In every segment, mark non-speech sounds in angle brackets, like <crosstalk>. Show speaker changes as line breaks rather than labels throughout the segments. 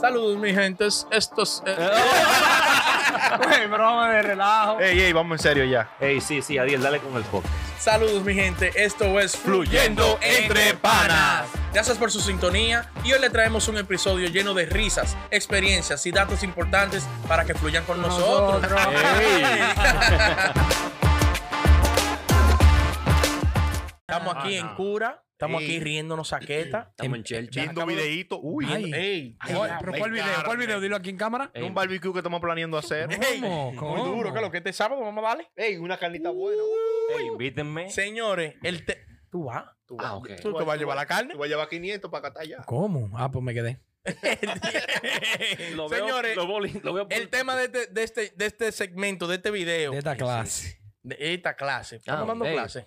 Saludos, mi gentes. Estos. eh,
Güey, broma de relajo.
Ey, ey, vamos en serio ya.
Eh, Ey, sí, sí, Adiel, dale con el podcast.
Saludos, mi gente. Esto es
Fluyendo Entre Panas.
Gracias por su sintonía y hoy le traemos un episodio lleno de risas, experiencias y datos importantes para que fluyan con nosotros.
Nosotros.
Estamos aquí en cura, estamos aquí riéndonos saqueta.
Estamos en Chelcha.
Viendo videíto. Uy,
Ay,
viendo-
Ey,
Ay,
ey,
¿Pero cuál video? ¿Cuál video? Dilo aquí en cámara.
Ey,
un barbecue que estamos planeando hacer.
ey,
¿Cómo?
Muy
¿Cómo?
duro, que lo que este sábado vamos a darle.
<laughs> Ey, una carnita buena.
ey, invítenme.
Eh, Señores, el te... ¿Tú vas?
Tú
Ah, ok.
¿Tú te vas a llevar la carne?
Te voy a llevar 500 para catar ya.
¿Cómo? Ah, pues me quedé.
<laughs>
Lo veo-
Señores,
lo veo, li- lo veo por-
el tema de este, de este- de este segmento, de este video,
De esta clase.
de esta clase, estamos
Ah,
dando
ey.
clase.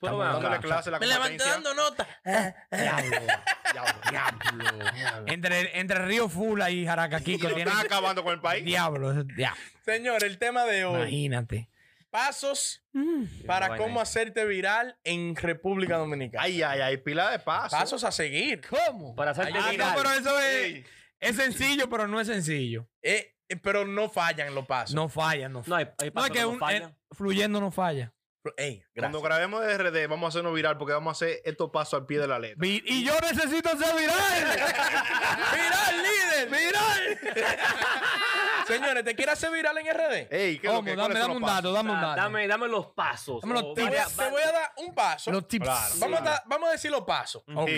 Pero
Estamos
ven acá.
Dándole clase a la
Me levanté
competencia.
dando nota.
Entre, entre Río Fula <laughs> y Jaracaquico.
Lo
tienen-
están acabando con el país.
Diablo, eso- ya.
Señor, el tema de hoy,
Imagínate.
pasos
Sí,
para
vaina
cómo
ahí.
hacerte viral en República Dominicana.
Ay, ay, ay, pila de pasos.
pasos a seguir.
¿Cómo?
Para hacerte
Ah, no,
viral.
pero eso es,
Ey.
es sencillo, pero no es sencillo.
Eh, eh, pero no fallan los pasos.
No falla, no
No,
falla.
hay, hay
No,
pasos
es que
no
un-
fallan.
eh, fluyendo no falla.
Ey,
Cuando
gracias.
grabemos de RD, vamos a hacernos viral porque vamos a hacer estos pasos al pie de la
Vi-
letra.
Y yo necesito ser viral.
¡Viral, líder! ¡Viral! Señores, ¿te quieres hacer viral en RD?
Ey, ¿qué es lo
¿Cómo?
que ¿Cuáles son
Dame, dame
los
un
pasos?
dato, dame un
Ah,
dato.
Dame, dame los pasos.
Dame los
O
Te voy, a,
tips.
va-
te voy a dar un paso.
Los tips.
Claro.
Vamos, a, dar- vamos a decir los pasos.
Ok.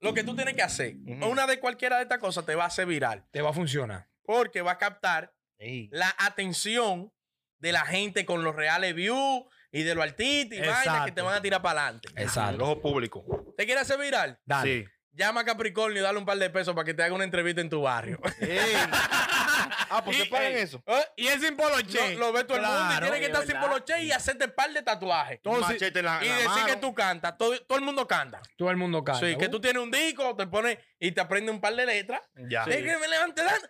Lo que tú tienes que hacer.
Ujú.
Una de cualquiera de estas cosas te va a hacer viral.
Te va a funcionar.
Porque va a captar
Ey.
la atención de la gente con los reales views y de los artistas y vainas que
Exacto.
te van a tirar para adelante.
El ojo público.
¿Te quieres hacer viral?
Dale.
Sí.
Llama a Capricornio y dale un par de pesos para que te haga una entrevista en tu <laughs> barrio.
Ey. Ah, pues te pagan eso.
¿Eh?
Y es sin poloche.
No, lo ve todo el mundo y
Claro.
tiene que estar
es
sin
verdad.
poloche y hacerte un par de tatuajes.
Un
Entonces,
machete en la,
Y
en la
decir
mano.
que tú cantas. Todo, todo el mundo canta.
Todo el mundo canta.
Sí, que
Uh,
tú tienes un disco, te pones y te aprende un par de letras.
Ya.
Es que me Ah. levanté dando-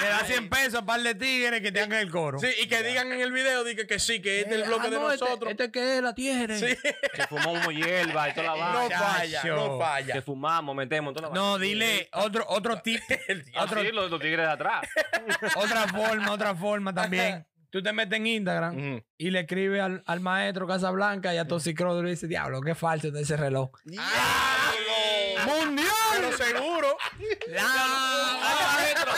Le das 100 pesos a un par de tigres que te hagan el coro.
Sí, y que digan en el video dije que sí, que este es el bloque
Ah,
de
no, este-
nosotros.
Este, que es la tigre. <laughs>
Sí.
Que fumamos hierba y <laughs> toda la
no
vaina.
falla, no
chacho.
Que
falla.
fumamos, metemos toda la vaina.
No, dile otro, otro tip.
El diablo.
Ah,
otro-
sí, los, los tigres de atrás.
otra forma, otra forma también. <laughs> Tú te metes en Instagram
Ujú.
y le escribes al, al maestro Casablanca y a Toxicrodo y le dices, diablo, qué falso de ese reloj.
¡Diablo!
¡Mundial!
Pero seguro.
maestro.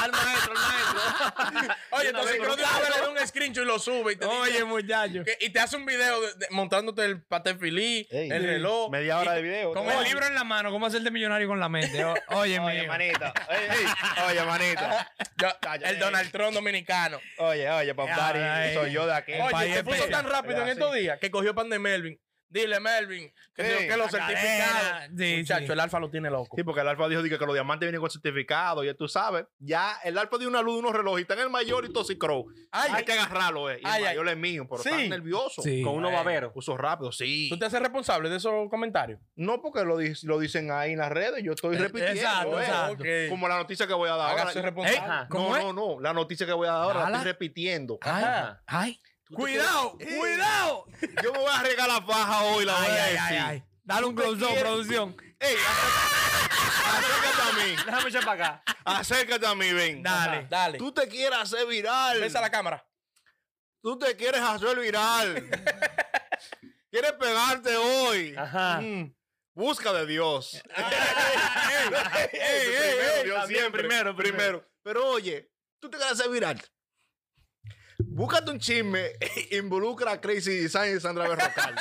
Al maestro, al maestro.
<laughs> Oye,
Yo no
entonces
veo,
creo que
pero-
le da un screenshot y lo sube y te,
Oye,
dice
muchacho.
que- y te hace un video de- de- montándote el paté filí,
Ey.
el reloj.
Media hora de video.
Con el libro en la mano, ¿cómo hacerte millonario con la mente? O- oye,
Oye,
mijo.
manito. Ey, <laughs> ey. Oye, manito.
Ya,
Cállate.
el Donald Trump
<laughs>
dominicano.
Oye, oye,
Ya,
papá,
ey.
soy yo de aquí.
El
Oye,
país
se
es
puso
peor.
tan rápido en
Ya,
estos
sí.
días que cogió pan de Melvin. Dile, Melvin, que,
Sí,
que los
la
certificados.
cadena. Sí,
Muchacho,
sí.
el alfa lo tiene loco.
Sí, porque el Alfa dijo dije, que los diamantes vienen con certificado, ya tú sabes. Ya el Alfa dio una luz, unos relojes, y está en el mayor y Toxicrow.
Ay,
Hay que agarrarlo, eh. Y
Ay,
el
ay.
mayor es mío, pero
Sí.
está nervioso.
Sí.
Con unos baberos.
Puso rápido, sí.
¿Tú te haces responsable de esos comentarios?
No porque lo, di- lo dicen ahí en las redes, yo estoy repitiendo.
exacto,
eh.
exacto.
Ok.
Como la noticia que voy a dar
Hágase
ahora.
responsable.
Ey,
Ajá.
¿Cómo
no,
es?
no, no. La noticia que voy a dar ahora la
Ala.
estoy repitiendo.
Ay,
Ajá.
ay.
Tú te
Cuidado,
quedas-
cuidado.
Yo me voy a arriesgar la faja hoy, la voy
Ay,
a
ay,
decir.
ay, ay. Dale un
Tú te
close-up,
quieres-
producción.
Ey, acércate a mí.
Déjame echar para acá.
Acércate a mí, ven.
Dale.
Dale.
Tú te quieres hacer viral.
Besa la cámara.
Tú te quieres hacer
<laughs>
viral. quieres pegarte hoy.
Ajá.
Mm. Busca
<laughs>
de Dios. Ey,
ey,
primero,
ey,
Dios
también,
siempre.
primero, primero.
Pero oye, tú te quieres hacer viral. Búscate un chisme, e involucra a Crazy Design y Sandra
<laughs>
Berrocal.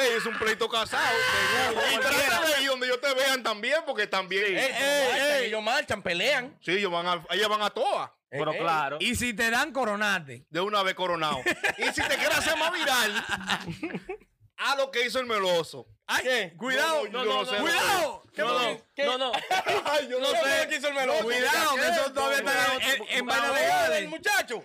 Ey, es un pleito casado.
<laughs>
seguro. y trata de ir donde yo te vean también, porque también.
Sí.
Ey,
Ey,
ey, ey, ellos marchan, pelean.
Sí, ellos van a, ellas van a todas.
Pero
ey.
claro.
Y si te dan coronate.
de una vez coronado. y si te quieres hacer
<laughs>
más viral, a lo que hizo el meloso.
Ay,
Cuidado,
no,
yo
no,
sé.
no,
¡Cuidado!
¿Qué
No,
fue
no,
que- qué?
no, no.
Ay, yo
No sé de qué hizo el meloso.
Cuidado, que eso todavía está en- en, en vainas
del
legales.
muchacho.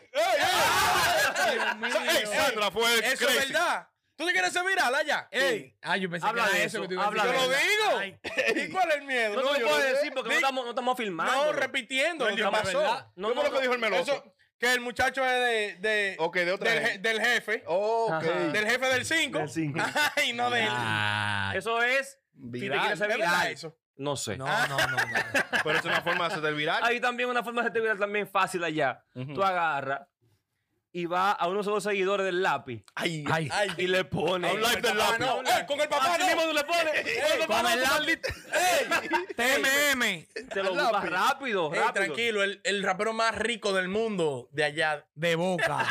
Sa- ey, Sandra fue el
Eso es
crazy.
verdad. ¿Tú te quieres hacer viral allá?
Ey. Ah, yo pensé
Habla
que
de
era
eso,
eso que tú ibas a
habla
Yo
decir.
lo
de eso.
Ay.
digo. ¿Y cuál es el miedo?
No, no,
yo
puedes
sé.
decir porque no
Di-
estamos, no estamos
No,
filmando.
repitiendo lo
Pero
que
es
pasó.
verdad.
No, ¿Cómo lo que dijo el meloso?
Eso, que el muchacho es de. de
Ok, de otra
del,
vez.
je- del jefe.
Ok.
Ajá.
Del jefe del 5.
Del cinco.
Ay, no de él.
Ah,
Eso es. Si te
Viral.
quieres hacer
¿Es verdad
viral.
eso?
No sé.
No, no, no.
<laughs>
no.
Pero es una forma de hacer viral.
Hay también una forma de hacerte viral también fácil allá.
Ujú.
Tú agarras y vas a unos los seguidores del lápiz
Ay,
Ay,
y le pones.
A un like del lápiz.
no, eh, con el papá
Así
no.
mismo tú le pones. Con el papá
con
no,
el
tú
lápiz. TMM
Te lo
Al
buscas
lápiz.
rápido,
Ey,
rápido.
tranquilo, el, el rapero más rico del mundo de allá.
<laughs>
de boca.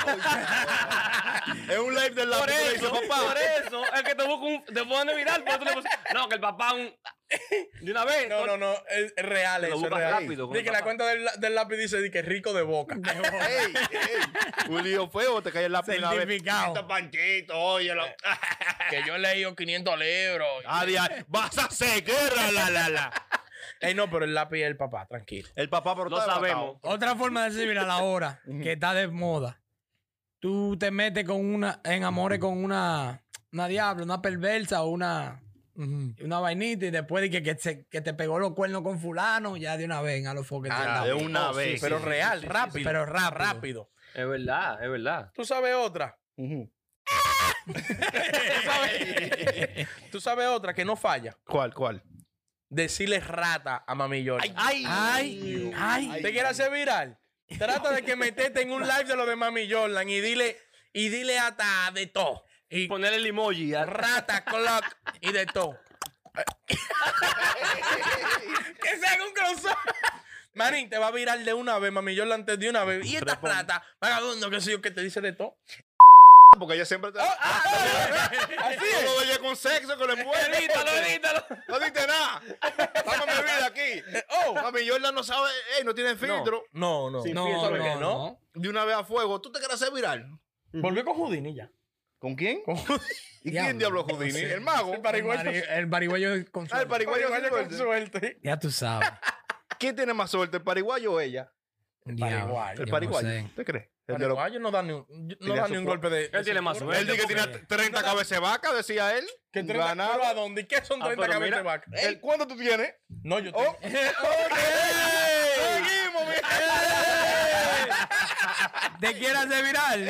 es un live del lápiz.
Por
tú le dices,
eso,
papá.
por eso, es que te busca un, te pone viral, pero tú le pones- no, que el papá un, de una vez.
No, no, no, es, es real
Te
eso,
lo
es
buscas
real.
rápido con
Dice
el
que la
papá.
cuenta del, la- del lápiz dice di que rico de boca.
Ey, ey. Un lío feo, te cae el lápiz una vez.
Certificado.
Este panchito, óyelo.
<laughs> que yo he leído 500 libros.
Adi, ay, Ah, Vas a hacer guerra, la, la, la.
Ey, no, pero el lápiz es el papá, tranquilo.
El papá, pero
Lo
está
sabemos.
Otra forma de decir, mira, la hora que está de moda. Tú te metes con una, en amores con una, una diabla, una perversa o una, una vainita y después de que, que, se- que te pegó los cuernos con fulano, ya de una vez a los foques.
Ah,
Anda, de una vez.
pero
Sí, sí,
real,
sí, sí,
rápido.
sí. Pero rápido.
Es verdad, es verdad.
Tú sabes otra.
Ujú.
Tú sabes, <laughs> tú sabes otra que no falla.
¿Cuál, cuál?
Decirle rata a Mami Yoli.
Ay,
Ay, ay.
¿Te quieres hacer viral? Trata de <laughs> que metete en un live de lo de Mami Jordan y dile, y dile hasta de todo. Y
poner el emoji. a-
rata, clock y de <laughs> todo. que se haga un crossover. Marín, te va a virar de una vez, Mami Jordan antes de una vez. Y esta rata, vagabundo, qué sé yo, que te dice de todo.
Porque ella siempre te.
Oh, ah,
Ah,
Así es.
Todo ella con sexo, que le envuelve.
Edítalo, edítalo.
No diste nada. Estamos mi vida aquí.
Oh.
Mami Jordan no sabe, ey, no tiene filtro.
No, no.
Sin
no,
filtro,
¿por qué
no,
no?
De una vez a fuego. ¿Tú te quieres hacer viral?
Volvió con Houdini ya.
¿Con quién? <laughs> ¿Y quién
Diablo.
diablo Houdini?
Sí.
El mago.
El
El,
parigüeño.
bari- el barigüeyo con su-
Ah, el pariguayo.
Parigüeño
sin
con
suerte.
suerte.
Ya tú sabes.
¿Quién tiene más suerte, el pariguayo o ella?
Diablo,
pariguayo.
yo
El
no
pariguayo.
sé.
¿Usted cree? El de lo-
Pariguayo pues, no da ni un, no
Tiene
da
su
ni un
pro-
golpe de.
Él tiene más
seguro.
suerte.
Él dice que tiene
porque-
30 cabezas de vaca, decía él.
Que 30
Ganaba.
pero ¿a dónde? ¿Y ¿Qué son
Ah,
30
pero
cabezas
mira,
de vaca?
El- ¿Cuánto tú <laughs> tienes?
No, yo
Oh.
tengo-
Seguimos, mi
<laughs> ¿Te quieres hacer viral?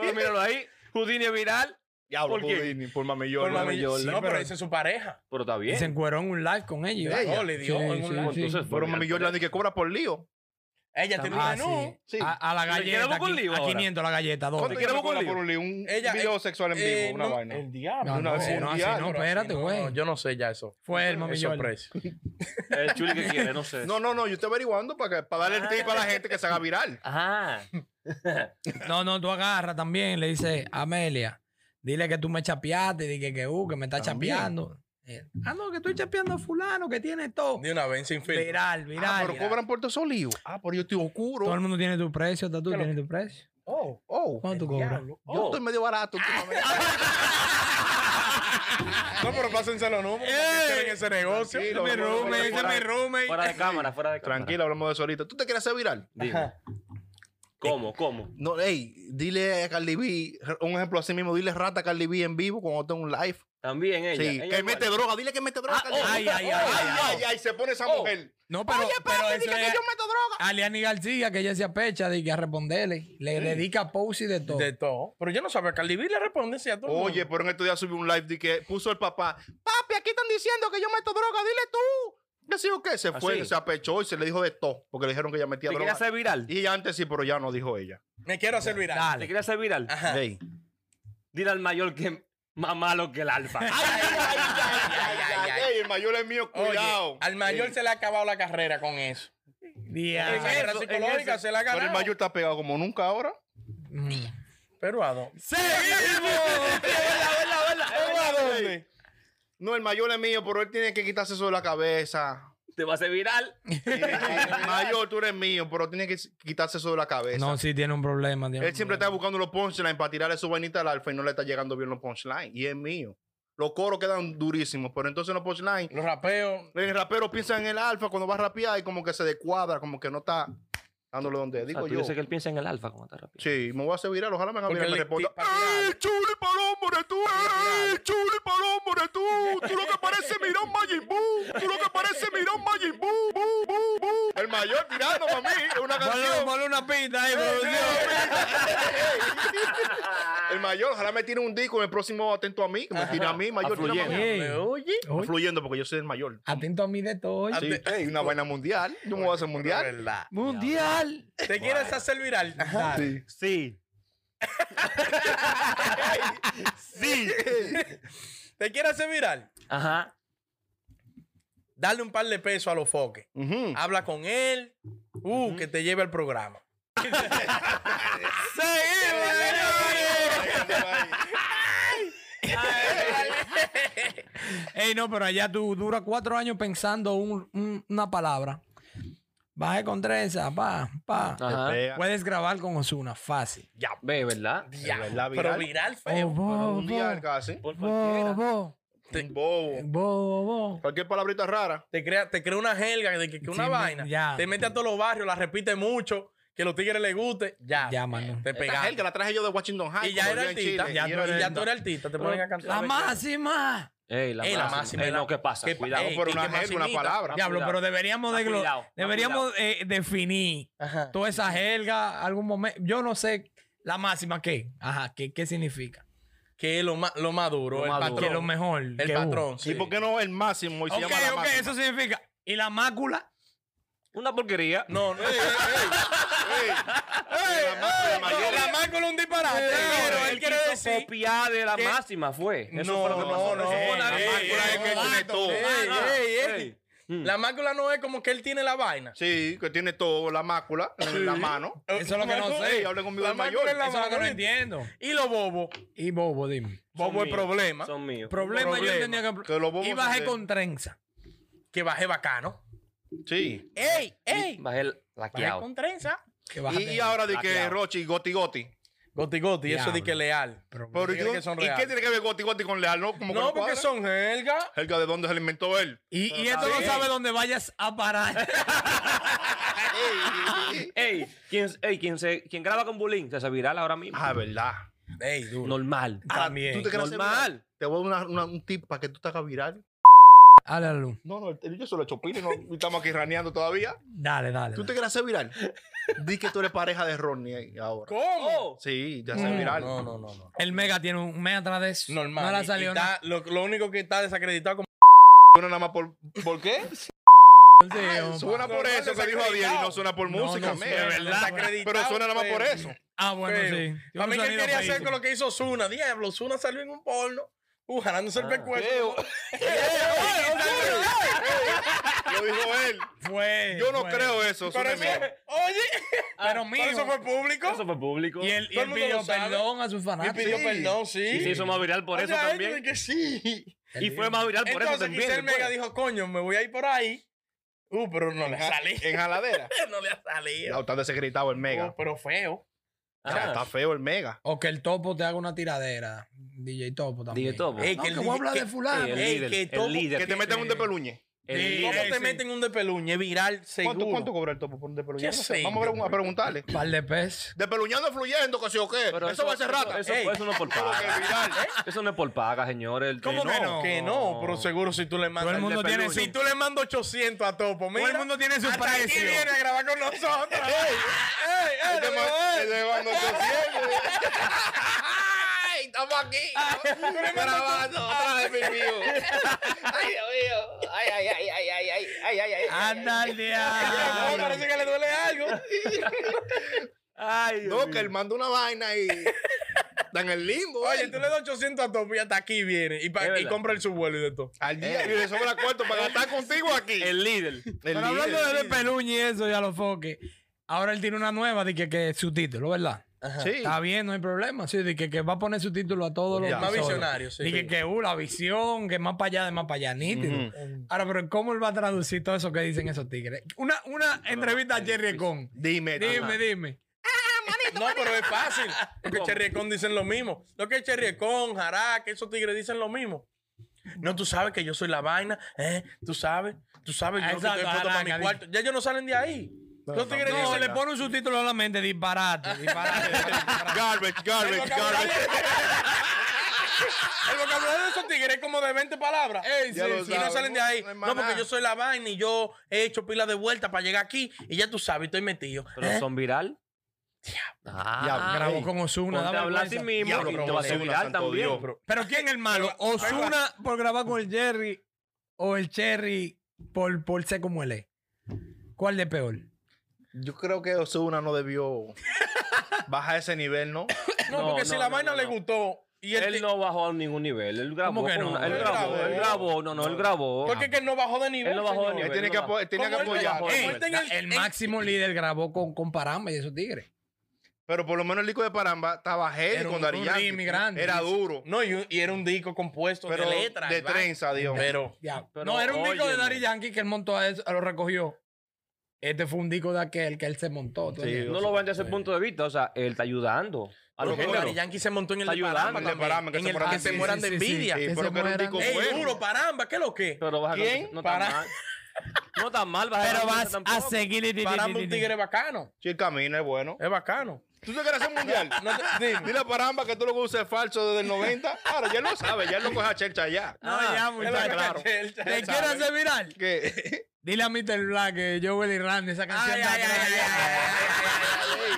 Pero míralo ahí. Houdini es viral,
Diablo
¿Por qué?
Houdini, por Mami
Por
Jordan.
Mami
Mami Jordan.
Sí, No, pero
pero-
esa es su pareja.
pero está
Y
<laughs>
se
bien.
encueró en un live con ellos.
Ella.
No, le dio en un live.
Entonces,
Pero Mami Jordan dice que cobra por lío.
Ella tiene un
Ah,
menú.
sí. A, a la
¿Le
galleta.
queremos
A,
con lío
quin- a
ahora?
500 la galleta, dos.
¿Cuánto
quieres
ella
buscar
cobra
un lío?
por un lío? Un
Ella-
video sexual en vivo,
Eh,
una
no,
vaina.
El diablo.
No,
Una
no,
vez
así no, así
mundial,
no,
pero así
espérate,
no,
güey.
no, yo no sé ya eso.
Fue el mami
Eso
Jordan.
precio.
El chuli que quiere, no sé.
No, no, no, yo estoy averiguando para, que- para darle el tip a la gente que se haga viral.
Ajá.
No, no, tú agarras también, le dices, Amelia, dile que tú me chapeaste, dile que, que, uh, que me está
También.
chapeando. Eh, Ah, no, que estoy chapeando a fulano, que tiene todo.
De una vez sin filtro.
Viral, viral.
Ah, pero
viral.
cobran por todo lío. Ah, pero yo estoy
Todo el
oscuro.
mundo tiene tu precio, hasta tú
Claro.
tienes tu precio.
Oh,
Oh,
¿Cuánto tú cobras?
yo estoy medio barato <laughs> últimamente.
No, pero pásense los números.
Eh.
¿Qué quieren ese negocio?
Tranquilo,
Ese es mi
vamos a
roommate,
hablar
ese es mi
por
roommate.
Fuera de cámara, fuera de cámara.
Tranquilo, hablamos de eso ahorita. ¿Tú te quieres hacer viral?
Dime. ¿Cómo? ¿Cómo?
No, hey, dile a Cardi B, un ejemplo así mismo, dile rata a Cardi B en vivo cuando tenga un live.
También ella.
sí,
ella
que
igual.
mete droga, dile que mete droga.
Ah,
a Cardi B.
oh,
ay, ay, ay,
ay,
ay.
ay, ay, se pone esa
Oh.
mujer.
No, pero,
Oye,
pero
papi,
eso
dile que
es
yo meto droga.
a Liani García, que ella se apecha de que a responderle. Le dedica post y de todo.
De todo. Pero yo no sabía. Cardi B le responde sí, a todo. el mundo.
Oye, pero en estos días subió un live de que puso el papá, papi, aquí están diciendo que yo meto droga, dile tú. ¿Qué sí o qué?
Ah,
Se fue,
Así.
se apechó y se le dijo de todo, porque le dijeron que ella
¿Te
metía
quería
droga.
hacer viral?
Y ella antes sí, pero ya no dijo ella.
me quiero hacer viral.
¿Te
Dale.
quería hacer viral?
Ajá.
Ey.
Dile al mayor que más malo que el alfa.
Ay, ay, ay, ay, ay, ay, ay, el mayor es mío,
Oye,
cuidado.
al mayor
Ey.
se le ha acabado la carrera con eso.
Día.
La carrera
eso, en
psicológica
eso.
se la ha
Pero el
ganado.
mayor está pegado como nunca ahora.
Mm.
Pero a dónde?
¿A dónde? No, el mayor es mío, pero él tiene que quitarse eso de la cabeza.
Te va a hacer viral.
mayor, tú eres mío, pero tiene que quitarse eso de la cabeza.
No, sí tiene un problema. tiene
él
un
siempre
problema.
está buscando los punchlines para tirarle su vainita al alfa y no le está llegando bien los punchlines. Y es mío. Los coros quedan durísimos, pero entonces los punchlines,
Los rapeos.
el rapero piensa en el alfa cuando va a rapear y como que se descuadra, como que no está dándole donde. es. Digo yo.
que él piensa en el alfa como está rápido.
Sí, me voy a hacer viral, ojalá me hagan
Porque
viral. Me
le-
responda,
ti- para tirarle.
¡Ey, chuli palomo eres tú! ¡Ey, chuli palomo eres tú! ¡Tú lo que parece Mirón Majin Buu! ¡Tú lo que parece Mirón Majin Buu! Buu, Buu, Buu. El mayor tirando para mí, es una
Ponle,
canción.
ponle una pinta ahí, producción.
El mayor, ojalá me tire un disco en el próximo atento a mí, que me tire a mí, mayor. tírame a mí.
Ey,
oye.
oye,
Fluyendo porque yo soy el mayor.
atento a mí de todo. oye.
Atento.
Sí, Ah, ey, una vaina mundial. Yo me voy a hacer mundial.
verdad.
Mundial.
¿Te quieres hacer viral?
Dale.
Sí.
Sí. sí.
¿Te quieres hacer viral?
Ajá.
Dale un par de pesos a los foques.
Ujú.
Habla con él. Uh, que te lleve al
<laughs>
programa.
Seguimos,
Ey, no, pero allá tú duras cuatro años pensando un- un- una palabra. Baje con trenza, pa, pa.
Ajá.
Pega.
Puedes grabar con Osuna, fácil.
Ve, ¿verdad?
Ya,
verdad,
pero
viral.
viral
Oh,
feo.
Pero
bobo,
mundial casi.
Por cualquiera.
bobo,
Un
Eh,
bobo.
bobo.
Cualquier palabrita rara.
Te crea, te crea una jerga, de que, que una
Sí,
vaina.
ya.
Te mete a todos los barrios, la repite mucho, que los tigres les guste. Ya.
Ya, mano.
Te
Esta
pegaste.
jerga la traje yo de Washington High.
Y ya
cuando
era
vivía en
artista.
Chile,
Ya,
y
tú-
era
ya
artista.
tú eres artista. Te ponen a cantar.
La máxima.
Ey, la
Ey,
máxima.
la máxima,
Ey,
la-
no, ¿qué pasa?
¿Qué pa-
Cuidado.
ey,
Por
y
una
que
jerga, una
maximita.
palabra.
Diablo,
cuidado.
pero deberíamos,
Más
de glo-
cuidado, más
deberíamos eh, definir
Ajá.
toda esa jerga, algún momento. Yo no sé la máxima qué. Ajá, qué, qué significa.
Que es lo más, lo más duro.
Lo
el
más
patrón.
duro.
Que lo mejor.
El
que hubo.
patrón.
¿Y por qué no el máximo? Y se
Ok,
llama la
ok,
máxima?
eso significa. ¿Y la mácula?
Una porquería.
No, no.
Ey, la máxima,
No,
mayor.
la más con un disparate. pero él quiere
quiso
decir.
copiar de la
que-
máxima fue. Eso
No,
fue lo que
no,
pasó.
no,
Eso fue
no,
la
ey,
máxima.
ey,
No,
ey,
no,
Ah,
ey,
no,
ey,
ey.
ey.
Mm.
La mácula no es como que él tiene la vaina.
Sí, que tiene todo, la mácula en la mano.
Eso es lo que no
Marco,
sé.
ey,
Hable conmigo
la
del mayor.
mácula es la
Eso es lo que no
mácula.
entiendo.
Y los bobos.
Y bobo, dime.
Son
Bobo el
míos,
problema.
Son míos.
Problema, yo
Problema.
entendía que.
Que los bobos
y
son
bajé
de-
con trenza.
Que baje bacano.
Sí.
¡Ey! ¡Ey!
Bajé el
Baje
laqueado.
con trenza.
Que
Y,
bajé
y ahora de que
Laqueado.
Rochi, Goti Goti.
Goti Goti, eso de
Diablo.
que leal.
Pero
¿Tú crees
yo-
que son
¿Y qué
reales?
tiene que ver Goti Goti con Leal? No, Como que
No, porque
cuadra.
son jerga.
Helga, ¿de dónde se lo inventó él?
y, y esto no
Sí.
sabe dónde vayas
<laughs>
a parar.
Ey, quien, ey, quien, se, quien graba con bullying se hace viral ahora mismo.
ah, verdad.
¡Ey, duro!
Normal.
ah,
Ahora,
También.
¿Tú te quieres hacer
Normal.
viral? Te voy a dar una- una- un tip para que tú te hagas viral.
Dale, la luz.
No, no, el- yo solo he hecho pila y no y estamos aquí raneando todavía.
Dale, dale.
¿Tú te quieres hacer viral? Di que tú eres pareja de Ronnie ahí ahora.
¿Cómo?
Oh,
Sí, ya se
Mm.
viral.
No, no, no, no.
El mega tiene un mega atrás de eso.
Normal.
No
Y-
la
y
salió nada.
está- lo, lo único que está desacreditado como.
Suena nada más por. ¿Por qué?
Ah,
Entonces, opa.
Suena por
Normal,
eso que dijo Adiel y no suena por
No,
música,
no
man.
suena,
De
no
verdad.
suena.
Pero suena nada más por eso.
Ah, bueno,
Pero,
sí. Tiene
Para
un
mí, ¿qué él
sonido
quería
feísimo.
hacer con lo que hizo Zuna? Diablo, Zuna salió en un porno. Uh, jalándose el
Feo.
<laughs> pescuezo.
<laughs>
Lo dijo él.
Fue.
Yo no
fue.
creo eso.
Pero
suena
eso-
mierda.
Oye,
Pero
pero eso
mío.
fue público.
eso fue público.
Y él, y
Todo el
él
mundo
pidió
lo sabe.
perdón a sus
Y
fanáticos.
pidió
sí.
perdón, sí.
y se hizo más viral por
Oye,
eso
a él,
también.
que sí.
Y
<laughs>
fue más viral por eso
Entonces
también. pues.
Giselle Mega
después.
dijo, coño, me voy a ir por ahí. Uh, pero no le ha salido.
En jaladera.
no le ha salido.
<laughs> Ya, está desacreditado el
Uh,
mega.
pero feo.
Ya,
Ajá.
está feo el mega.
O que el topo te haga una tiradera. DJ Topo también.
DJ Topo.
Ey,
No,
que
que
el
voy a
DJ
hablar de
que-
fulano.
el
Ey,
líder.
que todo-
el líder.
Que te metan un depeluñe.
el
Sí.
¿Cómo te
líder.
ese.
meten un de peluñe? Viral, seguro.
¿Cuánto, ¿Cuánto cobra el topo por un depeluñe?
Ya
No sé,
sé.
Vamos a, pre- a preguntarle.
Un par de pesos.
Despeluñando fluyendo, que sí o qué.
Pero
Eso, Ah. va a ser rata.
Eso,
Ey.
eso no es por
Que
paga.
<laughs> viral.
Eso no es por paga, señores. El-
¿Cómo que no?
Que no, pero seguro si tú le mandas.
Todo el mundo
de
tiene
peluche.
Si
su.
tú le mandas 800 a Topo, mira.
el mundo tiene su
hasta aquí
precio.
viene a grabar con nosotros.
<laughs>
Ey, te ma- te llevando 800. <laughs> Ay, Estamos aquí. Grabando otra vez, mi amigo. Ay, Dios mío. Ay, ay, ay, ay, ay, ay, ay, ay, ay.
Anda al
Ah,
diablo.
parece que le duele algo.
Ay, Dios
No,
mío.
que él manda una vaina <laughs> y. Está en el limbo.
Oye,
él.
tú le das 800 a Topo y hasta aquí viene. Y, pa-
Es
y
verdad.
compra el vuelo y de todo.
Al día. Y le sobra cuarto para gastar contigo aquí.
El líder.
Pero hablando de Peluña y eso, ya lo foque. Ahora él tiene una nueva de que, que es su título, ¿verdad?
Sí.
Está bien, no hay problema. Sí, de que, que va a poner su título a todos los.
Ya.
Más
episodios.
visionario, sí.
Y que,
Sí.
que uh, la visión, que más para allá de más para allá, nítido.
Ujú.
Ahora, pero ¿cómo él va a traducir todo eso que dicen esos tigres? Una, una entrevista a Jerry Con.
Dime,
Dime, dime.
No, pero es fácil. Porque Cherriecón dicen lo mismo. Lo que Cherriecón, Jarac, esos tigres dicen lo mismo. No, tú sabes que yo soy la vaina, ¿eh? Tú sabes, tú sabes, yo no
Exacto,
estoy puesto para
Jaraca,
mi cuarto. Ya ellos no salen de ahí. Los tigres
No,
dicen,
le pone un subtítulo a la mente, disparate, disparate. disparate.
Garbage,
el
garbage,
vocabulario,
garbage.
el vocabulario de esos tigres es como de 20 palabras.
Ey,
Ya
sí,
lo
sí.
Y no
sabe,
salen de
no,
ahí.
no hay más
No, porque
nada.
yo soy la vaina y yo he hecho pila de vueltas para llegar aquí. Y ya tú sabes, estoy metido.
Pero
¿Eh?
son viral. Ah,
Grabó
ey,
con Osuna.
Ponte a hablar a ti mismo
Diablo,
y te
pero
va a hacer
Ozuna,
viral
santo
también.
Dios.
Pero-
Pero ¿quién es el malo?
Pero-
¿Osuna por grabar con el Jerry o el Cherry por, por ser como él es? ¿Cuál de peor?
Yo creo que Osuna no debió bajar ese nivel, ¿no?
No,
No,
porque
no,
si la
no,
vaina
no,
le
no.
gustó. Y él,
Él no bajó a ningún nivel. Él grabó.
¿Cómo que
con
no?
una- Él
Él
grabó,
grabó.
él grabó. No, no, él grabó.
Porque es que él no bajó de nivel.
Él no bajó
señor.
de
Él
nivel.
tiene que,
no
apo- él tenía que
Como él no
apoyar.
bajó,
Ey,
él está en
El máximo líder grabó con, con Paramba y esos tigres.
Pero por lo menos el disco de Paramba estaba heavy
Era
con
un-
Dari
un
Yankee.
ritmo grande.
Era duro.
No, y, un- y era un disco compuesto
Pero
de letras.
de
y vaina.
trenza, Dios.
Pero
Ya.
Pero
no, era un disco de
óyeme.
Daddy Yankee que él montó a eso, lo recogió. Este fue un disco de aquel que él se montó. ¿tú entiendes?
Ah, No lo ven desde ese punto de vista. O sea, él está ayudando. A
Pero
los
como
género.
Daddy Yankee se montó en el
Está
de Paramba
ayudando.
también,
Paramba, que
en
se
el
mueran
que
de
se
envidia.
mueran de
Ah, Sí, sí, sí,
envidia.
sí.
Sí,
que
pero
se
que era un
mueran.
disco
Ey,
bueno.
duro, Paramba, ¿qué es lo que?
Pero vas a
¿Quién?
No está
Para-
mal. No está mal. vas
Pero
conocer
vas a
tampoco.
seguir.
Paramba un
<laughs>
tigre bacano.
Si el camino es bueno.
Es bacano.
¿Tú te quieres hacer mundial?
No te- dime.
Dile a Paramba que tú lo que usas es falso desde el 90. Ahora, ya él lo sabe, ya él lo coge a Chelcha ya.
No,
Ah,
ya, muchachos.
Está
<laughs>
claro.
<laughs> ¿Te quieres hacer viral?
Que-
Dile a Mr. Black que yo, Willy Randy, esa canción.
Ay,
está
ay, ay,
atrás.
ay, ay, ay, ay.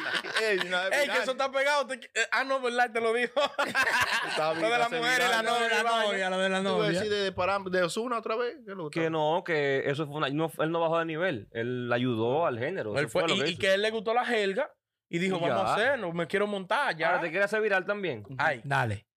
Ey, ey, una vez
Ey, que
viral.
eso está pegado. te- eh, Ah, no, ¿verdad? Te lo <laughs> dijo.
Está bien,
Lo de las
hace
mujeres, la
viral.
Lo <laughs> de la novia, lo de la
Tú
novia.
decís de Paramba, de Osuna otra vez. ¿Qué lo
Que no, que eso fue una. no, él no bajó de nivel. Él ayudó al género.
Él
Eso fue
fue-
lo
y,
que
y
hizo.
que él le gustó la jerga y dijo,
Y
vamos a
ya.
hacerlo, me quiero montar ya.
Ahora te quiere hacer viral también.
Ay,
Dale.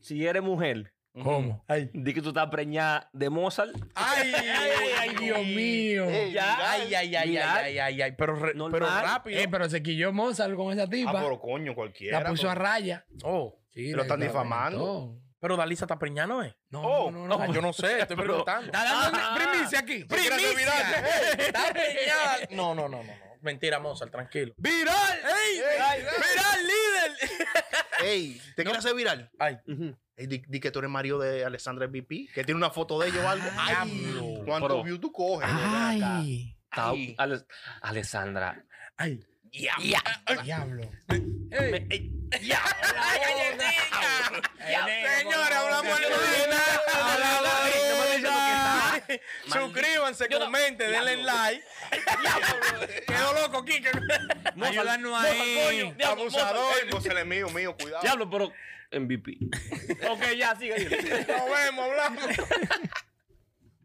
Si eres mujer,
¿Cómo?
ay.
di que tú estás preñada de Mozart.
<laughs> Ay, ay,
Ay, Dios mío.
Eh,
Ey,
Ya.
Ay, ay, ay, ay,
Viral.
ay, ay, ay, pero, re-
Normal.
pero rápido.
Eh, pero se quilló Mozart con esa
Ah,
tipa.
pero coño, cualquiera. pues.
la puso a raya.
Oh,
Sí,
Lo
la-
están
la
difamando.
violentó.
pero Dalisa está preñada, ¿no es?
No,
Oh,
no, no.
Ah,
no.
yo no sé, estoy preguntando. Ah,
Está dando primicia
¿Qué
aquí.
quiere hacer
<laughs> ¡Primicia!
viral? Ey, <laughs> Está preñada. No, no, no, no, no. Mentira, Mozart, tranquilo.
¡Viral! ¡Ey! ¡Viral, líder!
Ey, ¿te quieres hacer viral?
Ay,
Ey, di, di que tú eres Mario de Alessandra VP, que tiene una foto de ellos o algo. Ay,
Diablo.
¿cuánto
Pero-
view tú coges? de verdad, acá?
¡Ay!
Ta-
Ay.
Ale- Alessandra.
ay.
¡Diablo!
Me- ey,
Señores, hablamos de
Hablamos
Navidad. Suscríbanse, comenten, denle like. Quedó loco, Kike.
Ayúdanos ahí.
Diablo,
Abusador, pues él es mío, mío, cuidado.
Diablo, pero MVP. ok, ya, sigue.
Nos vemos, hablamos.